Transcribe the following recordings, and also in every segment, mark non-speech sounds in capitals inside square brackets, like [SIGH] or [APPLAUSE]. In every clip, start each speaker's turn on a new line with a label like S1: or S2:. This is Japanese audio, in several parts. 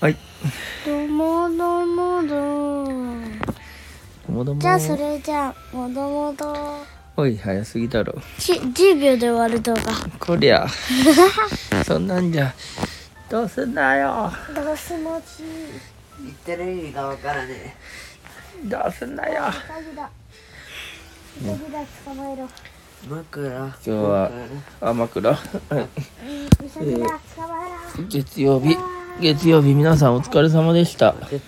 S1: はい
S2: どもどもど。
S1: どもども
S2: じゃあそれじゃあもどもど。
S1: おい早すぎだろ
S2: ち10秒で終わる動画。
S1: こり
S2: [LAUGHS]
S1: ゃそんなんじゃどうすんだよ
S2: どうすもち。
S3: 言ってる意味がわからね
S1: どうすんだよ
S2: ウサギだ。ウサギだ捕まえろ。
S3: え枕今
S1: 今日は天倉はい
S2: ウサギだ捕まえろ。
S1: 月曜日月曜日皆さんお疲れ様でした
S3: 枕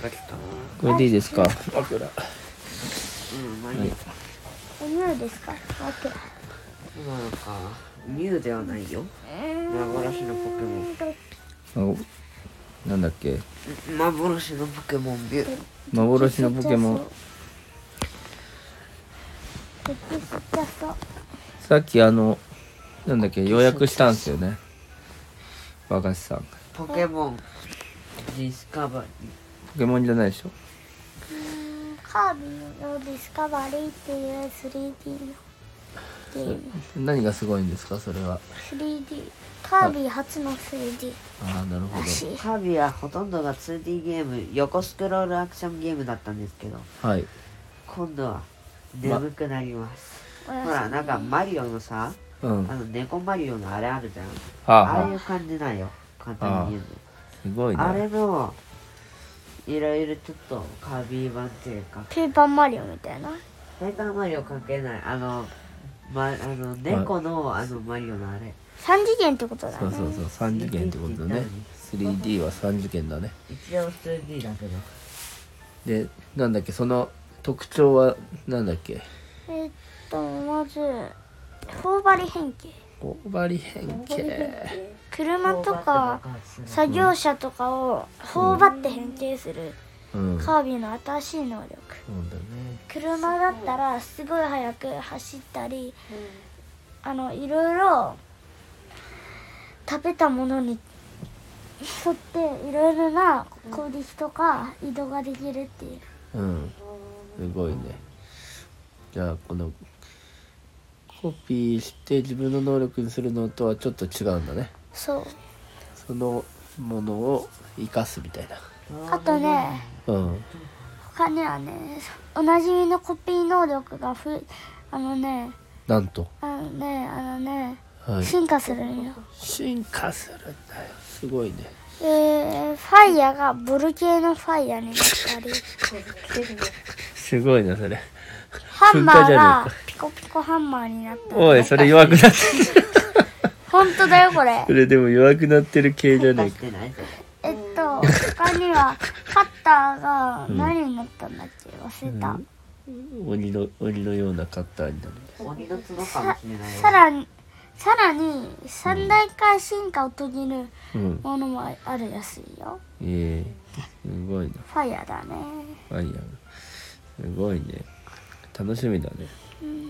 S3: が来たな
S1: これでいいですか枕
S3: うん何今
S2: お匂いですか。オッケー。
S3: のかミュウではないよ幻のポケモン
S1: おなんだっけ
S3: うん幻のポケモンビュウ
S1: 幻のポケモン
S2: テキスチャスト。
S1: さっきあのなんだっけ予約したんすよね和菓子さん
S3: ポケモンディスカバ
S1: ポケモンじゃないでしょ
S2: カービィのディスカバリーっていう 3D のゲーム。
S1: 何がすごいんですかそれは
S2: 3D。カービィ初の 3D
S1: ああなるほ
S2: らし
S3: リ
S2: い
S3: ー。カービィはほとんどが 2D ゲーム横スクロールアクションゲームだったんですけど
S1: どはい
S3: 今度は眠くなります、
S2: おやす
S3: ほ
S2: み
S3: らなんかマリオのさ
S1: うん
S3: あ
S1: は
S3: の猫マリオのあれあるじゃん
S1: あ、
S3: ああい
S1: はあ、
S3: う感じなんよ簡単に言うと
S1: すごい
S3: あ
S1: ね
S3: れのいろいろちょっとカービィ版っていうか
S2: ペーパーマリオみたいな。
S3: ペーパーマリオ関係ないあの,、ま、あの猫の、あのマリオのあれ
S2: 三次元ってことだ
S1: そう
S2: ね。
S1: そうそう三次元ってことだね 3D は三次元だね
S3: 一応 2D だけど
S1: でなんだっけその特徴はなんだっけ
S2: えーっと、まず、頬張り変形。
S1: 頬張り変形
S2: 車とか作業車とかを頬張って変形する
S1: うんそう
S2: カービィの新しい能
S1: だ
S2: 力。
S1: ね
S2: 車だったらすごい速く走ったり、あのいろいろ食べたものに沿っていろいろな攻撃とか移動ができるっていう
S1: うんすごいねじゃあこのコピーして自分の能力にするのとはちょっと違うんだね
S2: そう
S1: そのものを生かすみたい
S2: あとね
S1: なうん
S2: 他にはねおなじみのコピー能力がふあのね
S1: なんと
S2: あのねあのね
S1: はい
S2: 進化するんよ
S1: 進化するんだよすごいね
S2: えー、ファイヤーがボル系のファイヤーになっ
S1: [LAUGHS]
S2: たり
S1: すごいなそれ
S2: ハンマ
S1: 噴火
S2: ー
S1: じゃね
S2: がピコピコハンマーになった
S1: おいそれ弱くなってる
S2: 本当だよ
S1: [LAUGHS]
S2: これ
S1: それでも弱くなってる系じゃねえ
S3: 出し
S1: か
S3: てない
S2: えっと他にはカッターが何になったんだっけ忘れた、
S1: 鬼の鬼のようなカッターになる
S3: 鬼の角かもしれないよ
S2: さらにさらに三大回進化を遂げる
S1: うん
S2: ものもあるらしいよ
S1: ええすごいな
S2: ファイヤーだね
S1: ファイヤーすごいね楽しみだね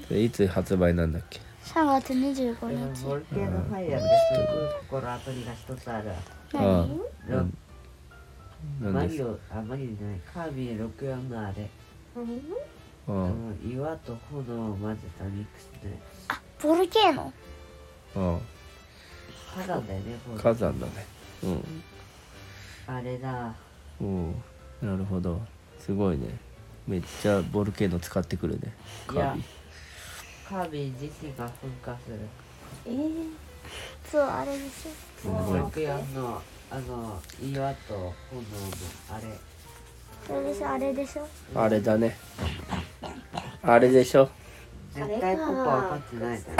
S1: それいつ発売なんだっけ
S2: 3月25
S3: でも
S2: 日
S3: ボルケーノファイヤーってすごい心当たりが一つある
S1: あ
S2: 何
S1: あうん
S3: マ
S1: 何で
S3: リ
S1: す
S3: オあマリオじゃないカービィ64のあれ
S1: ああ
S3: あの岩と炎を混ぜたミックスで
S2: あボルケーノ
S1: あ
S3: 火山だよねこ
S1: あ
S3: れ
S1: 火山だねうん
S3: あれだ
S1: おおなるほどすごいねめっちゃボルケーノ使ってくるねカ
S3: いや
S1: ービ
S3: カービィ自身が噴火する
S2: そうあれでし
S1: すごい
S3: 64のあの岩と炎のあれ
S2: ょそれでしょあれでしょ
S1: あれだねあれでしょ
S3: 絶対ポッポは分かってないだろ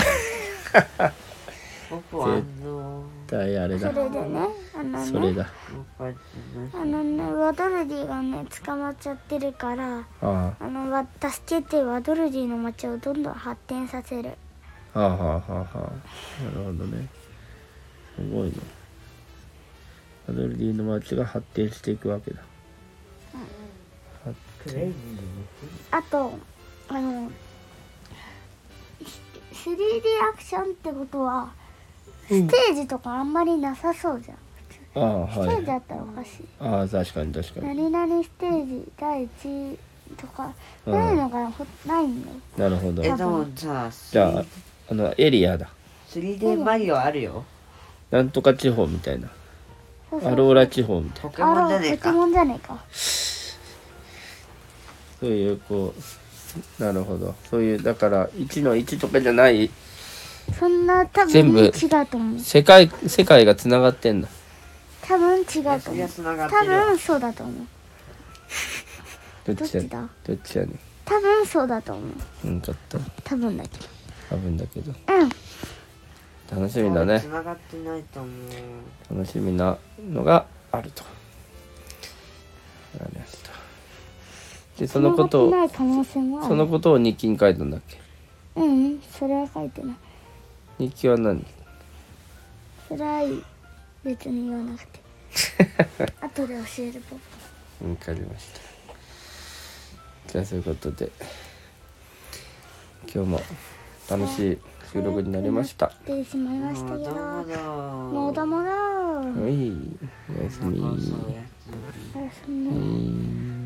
S3: ポッポはあの
S1: 大あれ
S2: そ
S1: だ
S2: れでねあの
S1: それ
S2: ね
S1: だ
S3: ポッポは
S2: あのねワドルディがね捕まっちゃってるから
S1: あ
S2: あのわ助けてワドルディの街をどんどん発展させる
S1: あはあはあはあはあなるほどねすごいねアドルディの街が発展していくわけだは
S3: クレイジーに
S2: あとあのし 3D アクションってことはステージとかあんまりなさそうじゃん、
S1: ああは
S2: ステージ
S1: い
S2: だったらおかしい、
S1: ああ確かに確かに
S2: 何々ステージ第1とか
S1: うん
S2: そういうのがほないんだよ
S1: なるほど
S3: えでもさ
S1: じゃあ
S3: 3D
S1: あのエリアだ
S3: 3D マリオあるよ
S1: なんとか地方みたいなアローラ地方みたいな
S3: ポケ
S2: あ
S3: モンじ
S2: ら
S3: ゃねえ
S2: ポケ
S3: か
S2: モンじゃねえか
S1: そういうこうなるほどそういうだから1の1とかじゃない
S2: そんな多
S1: 全
S2: 分
S1: 部
S2: 違うと思う
S1: 世界世界がつながってんだ
S2: 多分違う
S3: いや
S2: と
S3: そ
S2: 思
S3: りゃ
S2: う
S3: 繋がって
S2: 多
S3: るよ
S2: 分そうだと思う
S1: どっちやねん
S2: どっ
S1: どっちやね
S2: 多分そうだと思うん
S1: うんかった
S2: 多分だけど
S1: 多分だけど
S2: うん
S1: 楽しみだね
S3: 繋がってないと思う
S1: 楽しみなのがあるとわかりましたでそのこと
S2: 繋が
S1: を
S2: ってない可能性もある
S1: そのことを日記に書いたんだっけ
S2: うんそれは書いてない
S1: 日記は何
S2: それは別に言わなく
S1: [LAUGHS]
S2: て後で教えるポ
S1: わかりましたじゃあそういうことで今日も楽しい収録になりました
S2: ポってしまいましたけど
S3: もうどうも
S2: もうだもだ
S1: はいおやすみ
S3: そうや
S1: はい